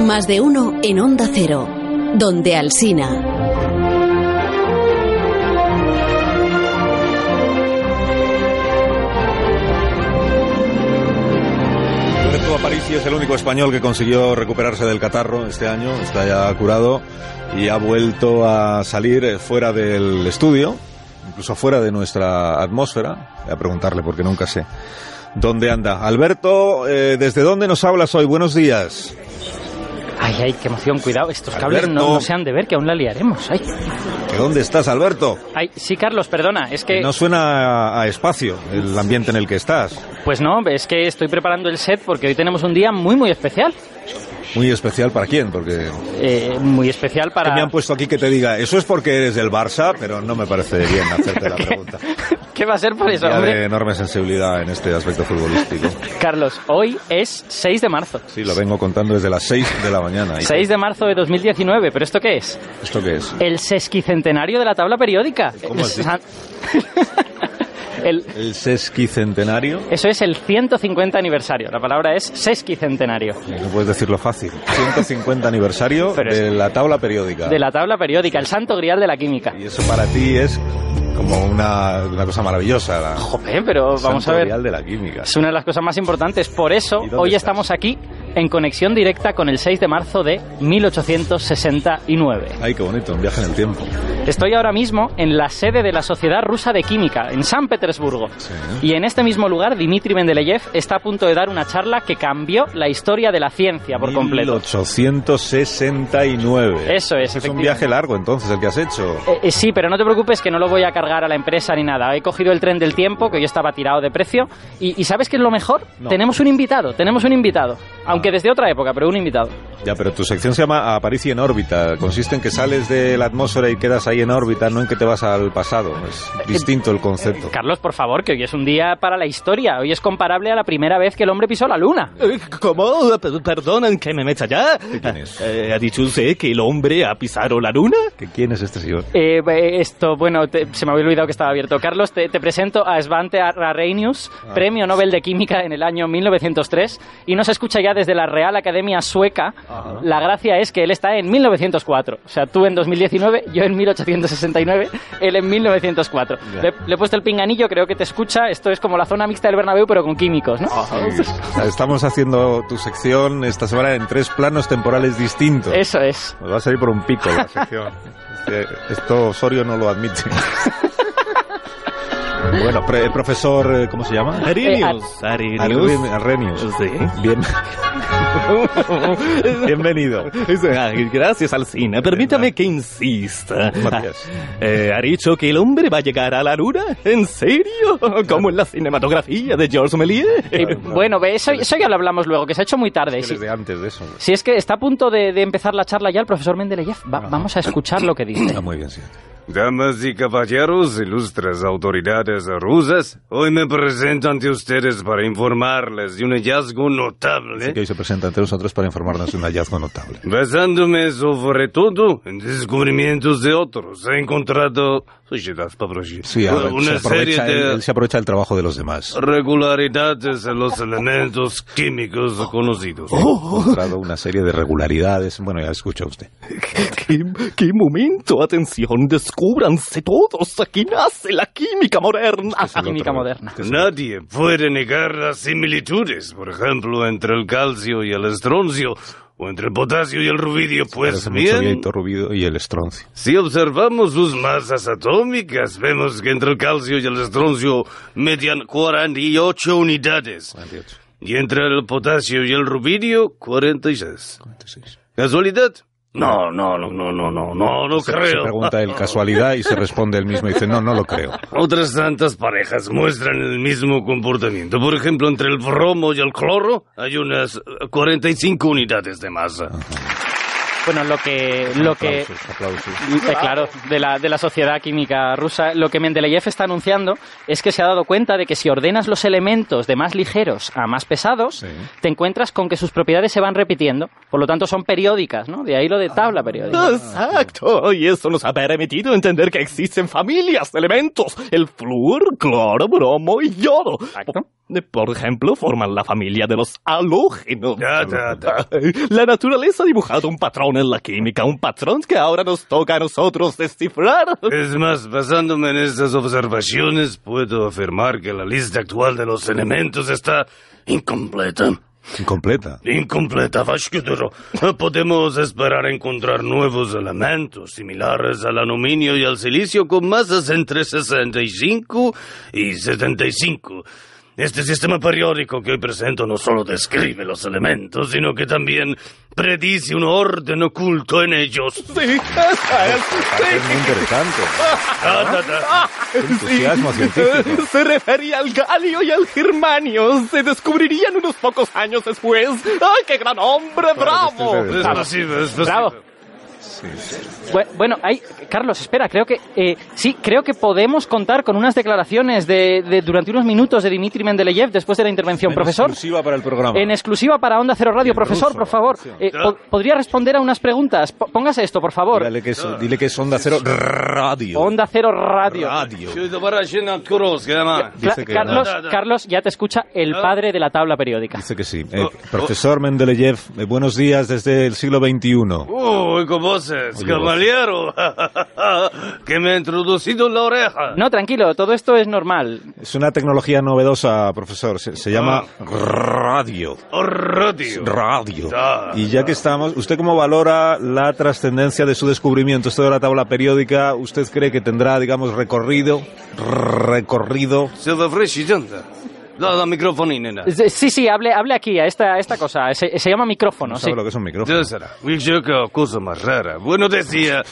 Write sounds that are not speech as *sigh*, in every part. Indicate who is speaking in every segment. Speaker 1: Más de uno en Onda Cero, donde Alsina.
Speaker 2: Roberto Aparici es el único español que consiguió recuperarse del catarro este año, está ya curado y ha vuelto a salir fuera del estudio, incluso fuera de nuestra atmósfera. Voy a preguntarle porque nunca sé dónde anda. Alberto, eh, ¿desde dónde nos hablas hoy? Buenos días.
Speaker 3: Ay, ay, qué emoción, cuidado, estos cables
Speaker 2: Alberto.
Speaker 3: no, no se han de ver, que aún la liaremos. Ay.
Speaker 2: ¿Que ¿Dónde estás, Alberto?
Speaker 3: Ay, sí, Carlos, perdona, es que...
Speaker 2: No suena a espacio el ambiente en el que estás.
Speaker 3: Pues no, es que estoy preparando el set porque hoy tenemos un día muy, muy especial.
Speaker 2: Muy especial para quién, porque
Speaker 3: Eh, muy especial
Speaker 2: que me han
Speaker 3: para...
Speaker 2: puesto aquí que te diga, eso es porque eres del Barça, pero no me parece bien hacerte la pregunta.
Speaker 3: *laughs* ¿Qué va a ser por eso,
Speaker 2: Ya de
Speaker 3: hombre?
Speaker 2: enorme sensibilidad en este aspecto futbolístico.
Speaker 3: Carlos, hoy es 6 de marzo.
Speaker 2: Sí, lo vengo contando desde las 6 de la mañana. ¿Y
Speaker 3: 6 de marzo de 2019, ¿pero esto qué es?
Speaker 2: ¿Esto qué es?
Speaker 3: El sesquicentenario de la tabla periódica.
Speaker 2: ¿Cómo así?
Speaker 3: San- *laughs* El-
Speaker 2: ¿El sesquicentenario?
Speaker 3: Eso es el 150 aniversario, la palabra es sesquicentenario.
Speaker 2: No puedes decirlo fácil. 150 aniversario
Speaker 3: Pero es-
Speaker 2: de la tabla periódica.
Speaker 3: De la tabla periódica, el santo grial de la química.
Speaker 2: Y eso para ti es como una, una cosa maravillosa. La...
Speaker 3: Jope, pero Pues vamos a ver.
Speaker 2: Santo Grial de la química.
Speaker 3: Es una de las cosas más importantes. Por eso,
Speaker 2: ¿Y dónde
Speaker 3: hoy
Speaker 2: estás?
Speaker 3: estamos aquí en conexión directa con el 6 de marzo de 1869.
Speaker 2: Ay, qué bonito, un viaje en el tiempo.
Speaker 3: Estoy ahora mismo en la sede de la Sociedad Rusa de Química, en San Petersburgo.
Speaker 2: Sí.
Speaker 3: Y en este mismo lugar, Dmitry Mendeleev está a punto de dar una charla que cambió la historia de la ciencia por completo.
Speaker 2: 1869.
Speaker 3: Eso es,
Speaker 2: Es un
Speaker 3: efectivamente.
Speaker 2: viaje largo entonces el que has hecho.
Speaker 3: Eh, eh, sí, pero no te preocupes que no lo voy a cargar a la empresa ni nada. He cogido el tren del tiempo, que hoy estaba tirado de precio. ¿Y, y sabes qué es lo mejor?
Speaker 2: No.
Speaker 3: Tenemos un invitado, tenemos un invitado. Aunque desde otra época, pero un invitado.
Speaker 2: Ya, pero tu sección se llama Aparici en órbita. Consiste en que sales de la atmósfera y quedas ahí en órbita, no en que te vas al pasado. Es distinto el concepto.
Speaker 3: Carlos, por favor, que hoy es un día para la historia. Hoy es comparable a la primera vez que el hombre pisó la luna.
Speaker 4: Eh, ¿Cómo? Per- Perdonen que me meta allá.
Speaker 2: quién es?
Speaker 4: Eh, ¿Ha dicho usted que el hombre ha pisado la luna?
Speaker 2: ¿Que ¿Quién es este señor?
Speaker 3: Eh, eh, esto, bueno, te- se me había olvidado que estaba abierto. Carlos, te, te presento a Svante Arrhenius,
Speaker 2: Ah.
Speaker 3: premio Nobel de Química en el año 1903, y nos escucha ya desde la Real Academia Sueca.
Speaker 2: Ajá.
Speaker 3: La gracia es que él está en 1904. O sea, tú en 2019, yo en 1869, él en 1904.
Speaker 2: Ya.
Speaker 3: Le, le he puesto el pinganillo, creo que te escucha. Esto es como la zona mixta del Bernabéu, pero con químicos,
Speaker 2: Ah.
Speaker 3: ¿no?
Speaker 2: Estamos haciendo tu sección esta semana en tres planos temporales distintos.
Speaker 3: Eso es.
Speaker 2: Nos va a salir por un pico la sección. Este- esto Osorio no lo admite. bueno, pre- profesor, eh, ¿cómo se llama?
Speaker 4: Arrhenius.
Speaker 2: Arrhenius. Arrhenius.
Speaker 4: Sí.
Speaker 2: Bien, bienvenido.
Speaker 4: Ay, ah, Gracias, Alcina. Permítame que insista.
Speaker 2: Gracias.
Speaker 4: Eh, ¿Ha dicho que el hombre va a llegar a la luna? ¿En serio? Como en la cinematografía de Georges
Speaker 3: Eh,
Speaker 4: Méliès.
Speaker 3: bueno, ve, eso, eso ya lo hablamos luego, que se ha hecho muy tarde.
Speaker 2: Que
Speaker 3: sí.
Speaker 2: Desde antes de eso.
Speaker 3: Si es que está a punto de, de empezar la charla ya el profesor Mendeleev, Va- vamos a escuchar lo que dice.
Speaker 2: Ah, muy bien, sí.
Speaker 5: Damas y caballeros, ilustres autoridades rusas, hoy me presento ante ustedes para informarles de un hallazgo
Speaker 2: Así que
Speaker 5: notable,
Speaker 2: hoy se presenta ante nosotros para informarnos de un hallazgo notable.
Speaker 5: basándome sobre todo en descubrimientos de otros. He encontrado Sociedad Pavlovich,
Speaker 2: Sí, a ver,
Speaker 5: una
Speaker 2: se aprovecha,
Speaker 5: serie
Speaker 2: él-
Speaker 5: de
Speaker 2: él se aprovecha del trabajo de los demás.
Speaker 5: regularidades en los elementos químicos conocidos.
Speaker 2: Ha encontrado una serie de regularidades. Bueno, ya escucha usted.
Speaker 4: Eh, ¿Qué, qué momento! Atención, descúbranse todos. Aquí nace la química moderna.
Speaker 3: *coughs*
Speaker 2: Este es el
Speaker 3: Química
Speaker 2: otro.
Speaker 3: moderna.
Speaker 2: Este es el-
Speaker 5: Nadie puede negar las similitudes, por ejemplo, entre el calcio y el estroncio, o entre el potasio y el rubidio, pues
Speaker 2: Parece mucho
Speaker 5: bien,
Speaker 2: Gator Rubido y el estroncio.
Speaker 5: Si observamos sus masas atómicas, vemos que entre el calcio y el estroncio median 48 unidades,
Speaker 2: 48,
Speaker 5: y entre el potasio y el rubidio, 46.
Speaker 2: 46.
Speaker 5: ¿Casualidad? No, no, no, no, no, no, no, no
Speaker 2: Se- Se
Speaker 5: creo.
Speaker 2: pregunta el casualidad y se responde él mismo y dice, no, no lo creo.
Speaker 5: *laughs* Otras tantas parejas muestran el mismo comportamiento. Por ejemplo, entre el bromo y el cloro hay unas eh, 45 unidades de masa.
Speaker 3: Bueno, lo que, lo que,
Speaker 2: Aplausos, aplausos.
Speaker 3: Eh, claro, de la, de la sociedad química rusa, lo que Mendeleev está anunciando es que se ha dado cuenta de que si ordenas los elementos de más ligeros a más pesados,
Speaker 2: Sí.
Speaker 3: te encuentras con que sus propiedades se van repitiendo, por lo tanto son periódicas, ¿no? De ahí lo de tabla periódica.
Speaker 4: Exacto, y eso nos ha permitido entender que existen familias de elementos, el flúor, cloro, bromo y yodo.
Speaker 3: Exacto.
Speaker 4: Eh, Por ejemplo, forman la familia de los halógenos.
Speaker 5: Ya, ya, ya.
Speaker 4: *laughs* La naturaleza ha dibujado un patrón en la química, un patrón que ahora nos toca a nosotros descifrar.
Speaker 5: Es más, basándome en estas observaciones, puedo afirmar que la lista actual de los elementos está incompleta.
Speaker 2: Incompleta.
Speaker 5: Incompleta, Vashkuduro. Podemos esperar encontrar nuevos elementos similares al aluminio y al silicio con masas entre 65 y 75. Este sistema periódico que hoy presento no solo describe los elementos, sino que también predice un orden oculto en ellos.
Speaker 4: Sí, esa es.
Speaker 2: Parece muy interesante.
Speaker 5: Ah, da, da.
Speaker 4: Sí.
Speaker 2: entusiasmo científico.
Speaker 4: Se refería al galio y al germanio. Se descubrirían unos pocos años después. ¡Ay, qué gran hombre! ¡Bravo!
Speaker 2: este
Speaker 5: Es posible, es posible.
Speaker 3: Bravo. Bu- Bueno, hay, Carlos, espera, creo que eh, sí, creo que podemos contar con unas declaraciones de, de- durante unos minutos de Dmitry Mendeleyev después de la intervención,
Speaker 2: En
Speaker 3: profesor.
Speaker 2: Exclusiva para el programa.
Speaker 3: En exclusiva para Onda Cero Radio,
Speaker 2: En
Speaker 3: profesor,
Speaker 2: ruso,
Speaker 3: por favor.
Speaker 2: atención.
Speaker 3: eh, po- ¿Podría responder a unas preguntas? P- póngase esto, por favor.
Speaker 2: Dile que, es, dile que es Onda Cero Radio.
Speaker 3: Onda Cero Radio.
Speaker 2: Radio.
Speaker 3: Cla-
Speaker 2: Dice que
Speaker 3: Carlos,
Speaker 5: no.
Speaker 3: Carlos, ya te escucha el padre de la tabla periódica.
Speaker 2: Dice que sí. Eh, profesor Mendeleyev, eh, buenos días desde el siglo XXI.
Speaker 5: Uy, con voces,
Speaker 2: Oye,
Speaker 5: caballero, *laughs* que me ha introducido en la oreja.
Speaker 3: No, tranquilo, todo esto es normal.
Speaker 2: Es una tecnología novedosa, profesor. Se, se llama radio.
Speaker 5: Oh, radio.
Speaker 2: Radio.
Speaker 5: Ah.
Speaker 2: Y ya que estamos, ¿usted cómo valora la trascendencia de su descubrimiento? Esto de la tabla periódica, ¿usted cree que tendrá, digamos, recorrido? Recorrido.
Speaker 5: Silva Fresh, llanta. Da la microfonina, nena.
Speaker 3: Sí, sí, hable, hable aquí, a esta, a esta cosa. Se, se llama micrófono,
Speaker 2: No
Speaker 3: sí.
Speaker 2: sabe lo que es un micrófono.
Speaker 5: Ya será. Will Joker, cosa más rara. Bueno, decía,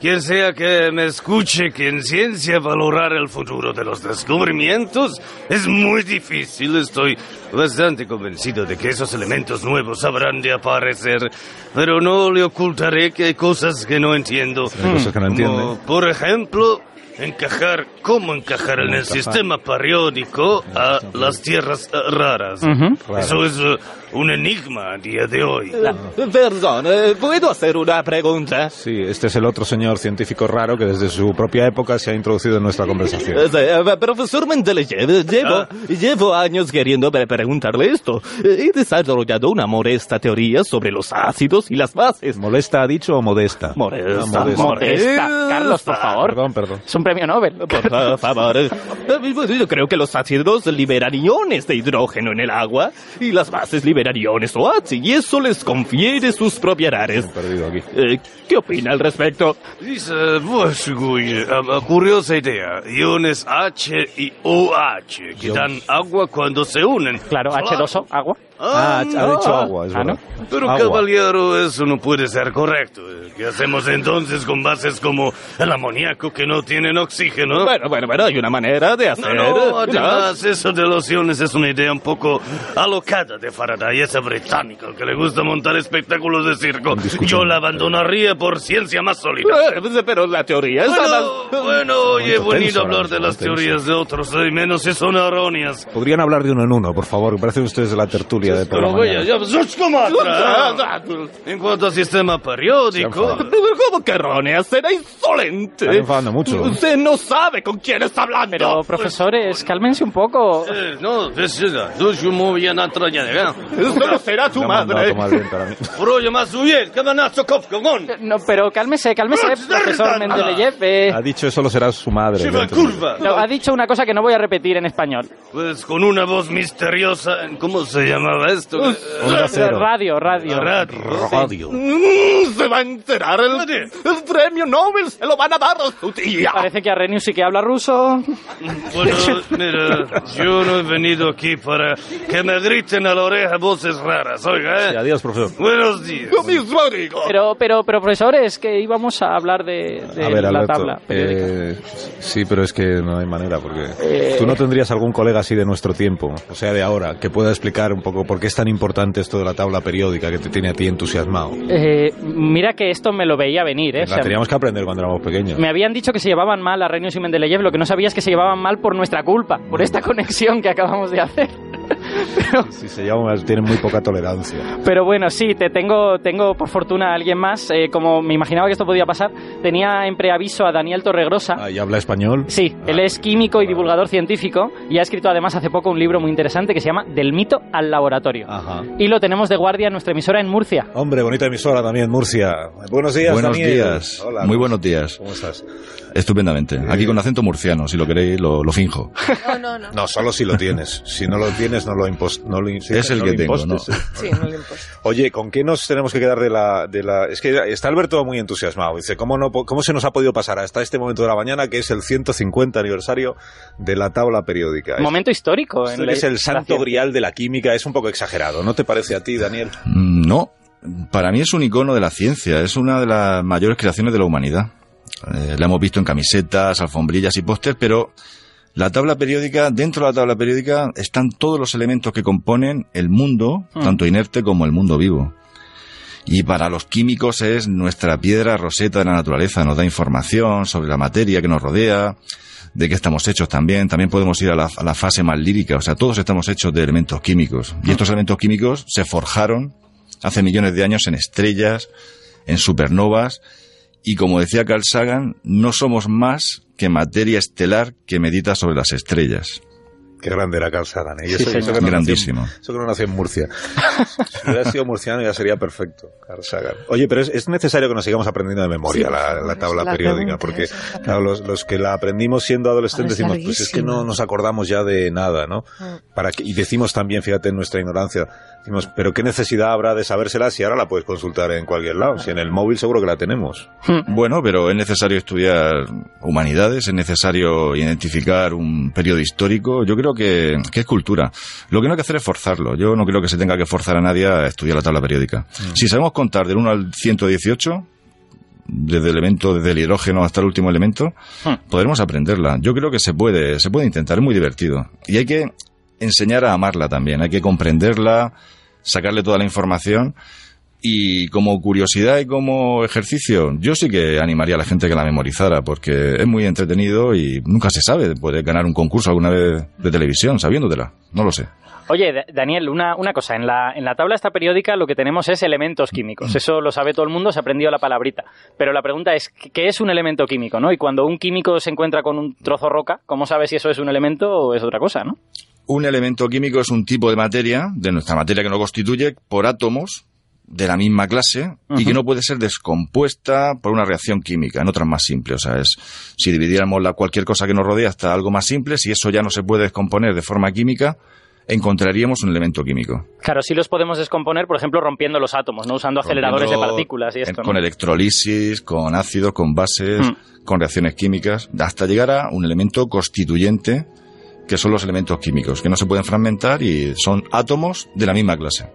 Speaker 5: quien sea que me escuche que en ciencia valorar el futuro de los descubrimientos es muy difícil. Estoy bastante convencido de que esos elementos nuevos habrán de aparecer, pero no le ocultaré que hay cosas que no entiendo.
Speaker 2: Hay cosas que no entiende.
Speaker 5: Como, por ejemplo, encajar, cómo encajar en el sistema periódico a las tierras eh, raras.
Speaker 3: Ujú.
Speaker 5: Eso es eh, un enigma a día de hoy.
Speaker 4: Perdón, eh, ¿puedo hacer una pregunta?
Speaker 2: Sí, este es el otro señor científico raro que desde su propia época se ha introducido en nuestra *laughs*
Speaker 4: Eh,
Speaker 2: conversación.
Speaker 4: eh, Profesor Mendeleev, llevo,
Speaker 5: Ah.
Speaker 4: llevo años queriendo pre- preguntarle esto. Eh, He desarrollado una modesta teoría sobre los ácidos y las bases.
Speaker 2: ¿Molesta ha dicho o modesta?
Speaker 4: Modesta,
Speaker 2: Ah,
Speaker 3: Modesta, Carlos, por favor.
Speaker 2: Perdón, perdón.
Speaker 3: Es un premio Nobel.
Speaker 5: *laughs*
Speaker 4: Por favor. Eh, Yo creo que los ácidos liberan iones de hidrógeno en el agua y las bases liberan iones OH y eso les confiere sus propiedades.
Speaker 2: Me he perdido aquí.
Speaker 4: Eh, ¿Qué opina al respecto?
Speaker 5: Dice, pues, güey, ah, ah, curiosa idea. Iones H y OH que dan agua cuando se unen.
Speaker 3: Claro, H2O, agua.
Speaker 2: Ah, ha
Speaker 5: no.
Speaker 2: dicho agua, es
Speaker 3: Ah,
Speaker 2: verdad.
Speaker 5: Pero,
Speaker 2: Agua.
Speaker 5: caballero, eso no puede ser correcto. ¿Qué hacemos entonces con bases como el amoníaco que no tienen oxígeno?
Speaker 4: Bueno, bueno, bueno, hay una manera de
Speaker 5: Ah. No,
Speaker 4: hacer.
Speaker 5: no,
Speaker 4: eh,
Speaker 5: además, eso de los iones es una idea un poco alocada de Faraday, ese británico que le gusta montar espectáculos de circo. Yo la abandonaría por ciencia más sólida.
Speaker 4: Eh, *laughs* Pero la teoría es
Speaker 5: Bueno, bueno, oye,
Speaker 2: Momento tenso
Speaker 5: bonito
Speaker 2: ahora
Speaker 5: hablar de
Speaker 2: mismo,
Speaker 5: las
Speaker 2: tenso.
Speaker 5: teorías de otros, eh, y menos si son erróneas.
Speaker 2: Podrían hablar de uno en uno, por favor. que Parecen ustedes de la tertulia de por la
Speaker 5: Pero vaya,
Speaker 2: mañana.
Speaker 5: ya,
Speaker 4: pues,
Speaker 5: ¡Zuchko Matra! En cuanto al sistema periódico,
Speaker 4: Pero ¿Cómo que errónea? Será insolente.
Speaker 2: Está enfadando mucho.
Speaker 4: Usted no sabe con quién está hablando.
Speaker 3: Pero, profesores, cálmense un poco.
Speaker 5: eh, no, es esa, Zuchko Movia Natra Yadega.
Speaker 4: Esto no será tu
Speaker 2: La ha mandado
Speaker 4: madre.
Speaker 2: a tomar viento
Speaker 3: *laughs*
Speaker 2: ahora mismo.
Speaker 5: Proya más huye, Kamanazo Kofkagon.
Speaker 3: No, pero cálmese, cálmese,
Speaker 5: Pero,
Speaker 3: profesor
Speaker 5: nada.
Speaker 3: Mendeleyev. eh,
Speaker 2: Ha dicho eso lo será su madre.
Speaker 5: Shiva
Speaker 2: evidentemente.
Speaker 5: Curva.
Speaker 3: no, ha dicho una cosa que no voy a repetir en español.
Speaker 5: Pues con una voz misteriosa, ¿cómo se llamaba esto?
Speaker 2: Onda cero.
Speaker 3: Radio, radio.
Speaker 5: Radio.
Speaker 2: Radio.
Speaker 4: Mm, se va a enterar el, el premio Nobel. Se lo van a dar a su tía.
Speaker 3: Parece que a Reniu sí que habla ruso.
Speaker 5: Bueno, mira, yo no he venido aquí para que me griten a la oreja voces raras,
Speaker 2: Y
Speaker 5: oiga, ¿eh?
Speaker 2: adiós, profesor.
Speaker 5: Buenos días.
Speaker 4: Yo mismo digo.
Speaker 3: Pero, pero, pero, profesores, que íbamos a hablar de, de
Speaker 2: A ver,
Speaker 3: la
Speaker 2: Alberto,
Speaker 3: tabla periódica. Eh.
Speaker 2: eh, sí, pero es que no hay manera, porque tú no tendrías algún colega así de nuestro tiempo, o sea, de ahora, que pueda explicar un poco por qué es tan importante esto de la tabla periódica que te tiene a ti entusiasmado.
Speaker 3: Eh, mira que esto me lo veía venir, ¿eh? O
Speaker 2: La
Speaker 3: sea,
Speaker 2: teníamos que aprender cuando éramos pequeños.
Speaker 3: me habían dicho que se llevaban mal a *laughs* Renius y Mendeleyev, lo que no sabía es que se llevaban mal por nuestra culpa, por esta conexión que acabamos de hacer. Pero,
Speaker 2: Sí, se llaman, tienen muy poca tolerancia.
Speaker 3: pero bueno, sí, te tengo, tengo por fortuna a alguien más. Eh, como me imaginaba que esto podía pasar, tenía en preaviso a Daniel Torregrosa.
Speaker 2: Ah, ¿Y habla español?
Speaker 3: Sí,
Speaker 2: Ah,
Speaker 3: él es químico y
Speaker 2: Ah.
Speaker 3: divulgador científico y ha escrito además hace poco un libro muy interesante que se llama Del mito al laboratorio.
Speaker 2: Ajá.
Speaker 3: Y lo tenemos de guardia en nuestra emisora en Murcia.
Speaker 2: Hombre, bonita emisora también, Murcia. Buenos días,
Speaker 6: buenos
Speaker 2: Daniel.
Speaker 6: días.
Speaker 2: Hola.
Speaker 6: Muy buenos días.
Speaker 2: ¿Cómo estás?
Speaker 6: Estupendamente. Aquí con acento murciano, si lo queréis, lo, lo finjo.
Speaker 7: No, no, no.
Speaker 2: No, solo si lo tienes. Si no lo tienes, no lo impostes. No lo in-
Speaker 6: Es el
Speaker 2: no
Speaker 6: que
Speaker 2: lo
Speaker 6: tengo,
Speaker 2: impostes.
Speaker 6: ¿no?
Speaker 7: Sí, no le importa.
Speaker 2: Oye, ¿con qué nos tenemos que quedar de la, de la... Es que está Alberto muy entusiasmado. Dice, ¿cómo, no, po- ¿cómo se nos ha podido pasar hasta este momento de la mañana, que es el 150 aniversario de la tabla periódica?
Speaker 3: Momento histórico.
Speaker 2: Esto
Speaker 3: en
Speaker 2: que
Speaker 3: la-
Speaker 2: es el
Speaker 3: la
Speaker 2: santo
Speaker 3: ciencia.
Speaker 2: grial de la química, es un poco exagerado, ¿no te parece a ti, Daniel?
Speaker 6: Mm, No, para mí es un icono de la ciencia, es una de las mayores creaciones de la humanidad. Eh, la hemos visto en camisetas, alfombrillas y pósters, pero la tabla periódica, dentro de la tabla periódica están todos los elementos que componen el mundo,
Speaker 3: Mm.
Speaker 6: tanto inerte como el mundo vivo. Y para los químicos es nuestra piedra roseta de la naturaleza, nos da información sobre la materia que nos rodea, de qué estamos hechos también. También podemos ir a la, a la fase más lírica, o sea, todos estamos hechos de elementos químicos. Y estos elementos químicos se forjaron hace millones de años en estrellas, en supernovas, y como decía Carl Sagan, no somos más que materia estelar que medita sobre las estrellas.
Speaker 2: Qué grande era Carl Sagan. ¿eh? Y
Speaker 3: Sí,
Speaker 2: eso,
Speaker 3: señor.
Speaker 2: eso que no
Speaker 6: Grandísimo.
Speaker 2: nació en- eso que no nació en Murcia. si hubiera sido murciano ya sería perfecto, Carl Sagan. Oye, pero es, es necesario que nos sigamos aprendiendo de memoria
Speaker 7: Sí, por
Speaker 2: la,
Speaker 7: favor,
Speaker 2: la
Speaker 7: es
Speaker 2: tabla
Speaker 7: la
Speaker 2: periódica,
Speaker 7: pregunta,
Speaker 2: porque
Speaker 7: es la
Speaker 2: claro, los, los que la aprendimos siendo adolescentes
Speaker 7: Ahora
Speaker 2: decimos,
Speaker 7: es
Speaker 2: pues es que
Speaker 7: larguísima.
Speaker 2: no nos acordamos ya de nada, ¿no?
Speaker 7: Mm.
Speaker 2: Para que- y decimos también, fíjate en nuestra ignorancia, decimos, pero ¿qué necesidad habrá de sabérsela si ahora la puedes consultar en cualquier lado? Si en el móvil seguro que la tenemos.
Speaker 6: Bueno, pero es necesario estudiar humanidades, es necesario identificar un periodo histórico. Yo creo que, que es cultura. Lo que no hay que hacer es forzarlo. Yo no creo que se tenga que forzar a nadie a estudiar la tabla periódica. Si sabemos contar del 1 al 118, desde el elemento, desde el hidrógeno hasta el último elemento,
Speaker 3: Hmm.
Speaker 6: podremos aprenderla. Yo creo que se puede, se puede intentar, es muy divertido. Y hay que enseñar a amarla también, hay que comprenderla, sacarle toda la información. Y como curiosidad y como ejercicio, yo sí que animaría a la gente que la memorizara, porque es muy entretenido y nunca se sabe, puede ganar un concurso alguna vez de televisión sabiéndotela, no lo sé.
Speaker 3: Oye, Da- Daniel, una, una cosa. En la, en la tabla esta periódica lo que tenemos es elementos
Speaker 6: Mm.
Speaker 3: químicos. Eso lo sabe todo el mundo, se ha aprendido la palabrita. Pero la pregunta es, ¿qué qué es un elemento químico? ¿no? Y cuando un químico se encuentra con un trozo roca, ¿cómo sabe si eso es un elemento o es otra cosa? ¿no?
Speaker 6: Un elemento químico es un tipo de materia, de nuestra materia que nos constituye, por átomos de la misma clase
Speaker 3: Ujú.
Speaker 6: y que no puede ser descompuesta por una reacción química, en otras más simples. O sea, es si dividiéramos la, cualquier cosa que nos rodea hasta algo más simple, si eso ya no se puede descomponer de forma química, encontraríamos un elemento químico.
Speaker 3: Claro, sí los podemos descomponer, por ejemplo, rompiendo los átomos, no usando aceleradores de
Speaker 6: Rompiendo
Speaker 3: partículas y
Speaker 6: en-
Speaker 3: esto. ¿no?
Speaker 6: Con electrolisis, con ácidos, con bases,
Speaker 3: Mm.
Speaker 6: con reacciones químicas, hasta llegar a un elemento constituyente que son los elementos químicos, que no se pueden fragmentar y son átomos de la misma clase.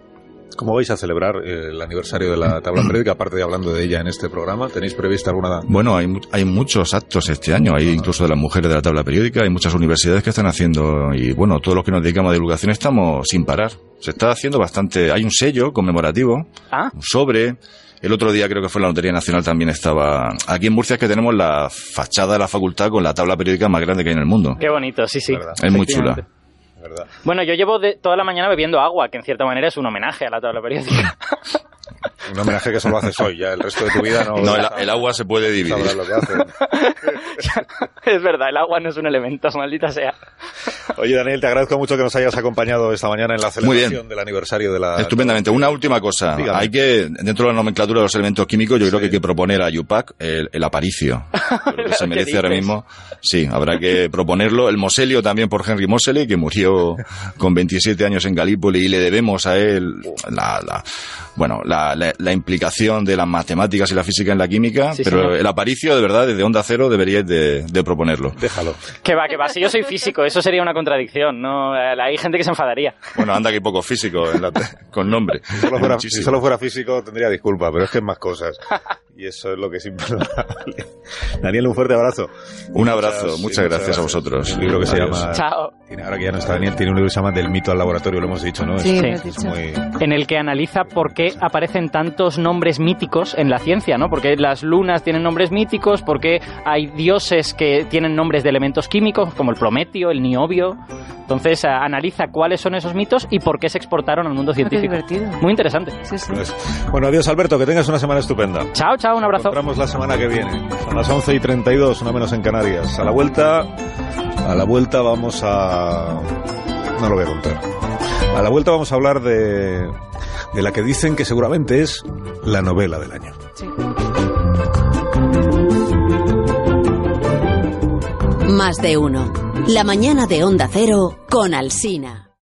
Speaker 2: ¿Cómo vais a celebrar eh, el aniversario de la tabla periódica, aparte de hablando de ella en este programa? ¿Tenéis prevista alguna
Speaker 6: Bueno, hay, mu- hay muchos actos este año, hay incluso de las mujeres de la tabla periódica, hay muchas universidades que están haciendo, y bueno, todos los que nos dedicamos a divulgación estamos sin parar. Se está haciendo bastante, hay un sello conmemorativo,
Speaker 3: Ah,
Speaker 6: un sobre. El otro día creo que fue en la Lotería Nacional también estaba. Aquí en Murcia es que tenemos la fachada de la facultad con la tabla periódica más grande que hay en el mundo.
Speaker 3: qué bonito, sí, sí.
Speaker 2: Verdad.
Speaker 6: Es muy
Speaker 3: efectivamente.
Speaker 6: chula.
Speaker 2: verdad?
Speaker 3: Bueno, yo llevo de- toda la mañana bebiendo agua, que en cierta manera es un homenaje a la tabla periódica. *laughs*
Speaker 2: Un homenaje que solo haces hoy, ya el resto de tu vida no.
Speaker 6: *laughs* No, el, el agua se puede
Speaker 2: sabrás
Speaker 6: dividir.
Speaker 2: lo que hacen.
Speaker 3: es verdad, el agua no es un elemento, maldita sea.
Speaker 2: Oye, Daniel, te agradezco mucho que nos hayas acompañado esta mañana en la
Speaker 6: Muy bien.
Speaker 2: celebración del aniversario de la.
Speaker 6: Ah, Estupendamente. Una última cosa.
Speaker 2: Dígame.
Speaker 6: Hay que, dentro de la nomenclatura de los elementos químicos, yo creo que hay que proponer a IUPAC el,
Speaker 2: *laughs*
Speaker 6: el aparicio. Yo creo que se
Speaker 3: ¿Qué
Speaker 6: merece ahora
Speaker 3: dices?
Speaker 6: mismo. Sí, habrá que proponerlo. El Moselio también por Henry Moseley, que murió con 27 años en Galípoli y le debemos a él la, la- bueno, la, la- la implicación de las matemáticas y la física en la química.
Speaker 3: Sí,
Speaker 6: pero
Speaker 3: señor.
Speaker 6: el aparicio, de verdad, desde Onda Cero deberíais de, de proponerlo.
Speaker 2: Déjalo.
Speaker 3: Que va, que va, si yo soy físico, eso sería una contradicción, ¿no? Eh, Hay gente que se enfadaría.
Speaker 6: Bueno, anda que hay pocos físicos en la- con nombre.
Speaker 2: Si solo, fuera, si
Speaker 6: Muchísimo.
Speaker 2: solo fuera físico tendría disculpa, pero es que es más cosas. Y eso es lo que es imperdonable. Daniel, un fuerte abrazo.
Speaker 6: Un abrazo, muchas,
Speaker 2: sí,
Speaker 6: gracias a vosotros.
Speaker 2: Un libro que se
Speaker 6: Adiós.
Speaker 2: llama.
Speaker 3: Chao.
Speaker 2: Tiene- ahora que ya no está Daniel, tiene un libro que se llama Del mito al laboratorio, lo hemos dicho, ¿no? Es-
Speaker 7: Sí, lo
Speaker 3: Sí.
Speaker 7: has
Speaker 2: es
Speaker 7: dicho.
Speaker 2: muy.
Speaker 3: En el que analiza por qué aparecen tantos nombres míticos en la ciencia, ¿no? Porque las lunas tienen nombres míticos, porque hay dioses que tienen nombres de elementos químicos, como el Prometio, el Niobio. Entonces a- analiza cuáles son esos mitos y por qué se exportaron al mundo científico.
Speaker 7: divertido.
Speaker 3: Muy interesante.
Speaker 7: Sí, sí.
Speaker 2: Pues, bueno, adiós Alberto, que tengas una semana estupenda.
Speaker 3: Chao, chao, un
Speaker 2: Nos
Speaker 3: abrazo.
Speaker 2: encontramos la semana que viene, a las 11 y 32, una menos en Canarias. A la vuelta, a la vuelta vamos a... No lo voy a contar. A la vuelta vamos a hablar de, de la que dicen que seguramente es la novela del año.
Speaker 7: Sí.
Speaker 1: Más de uno. La mañana de Onda Cero con Alsina.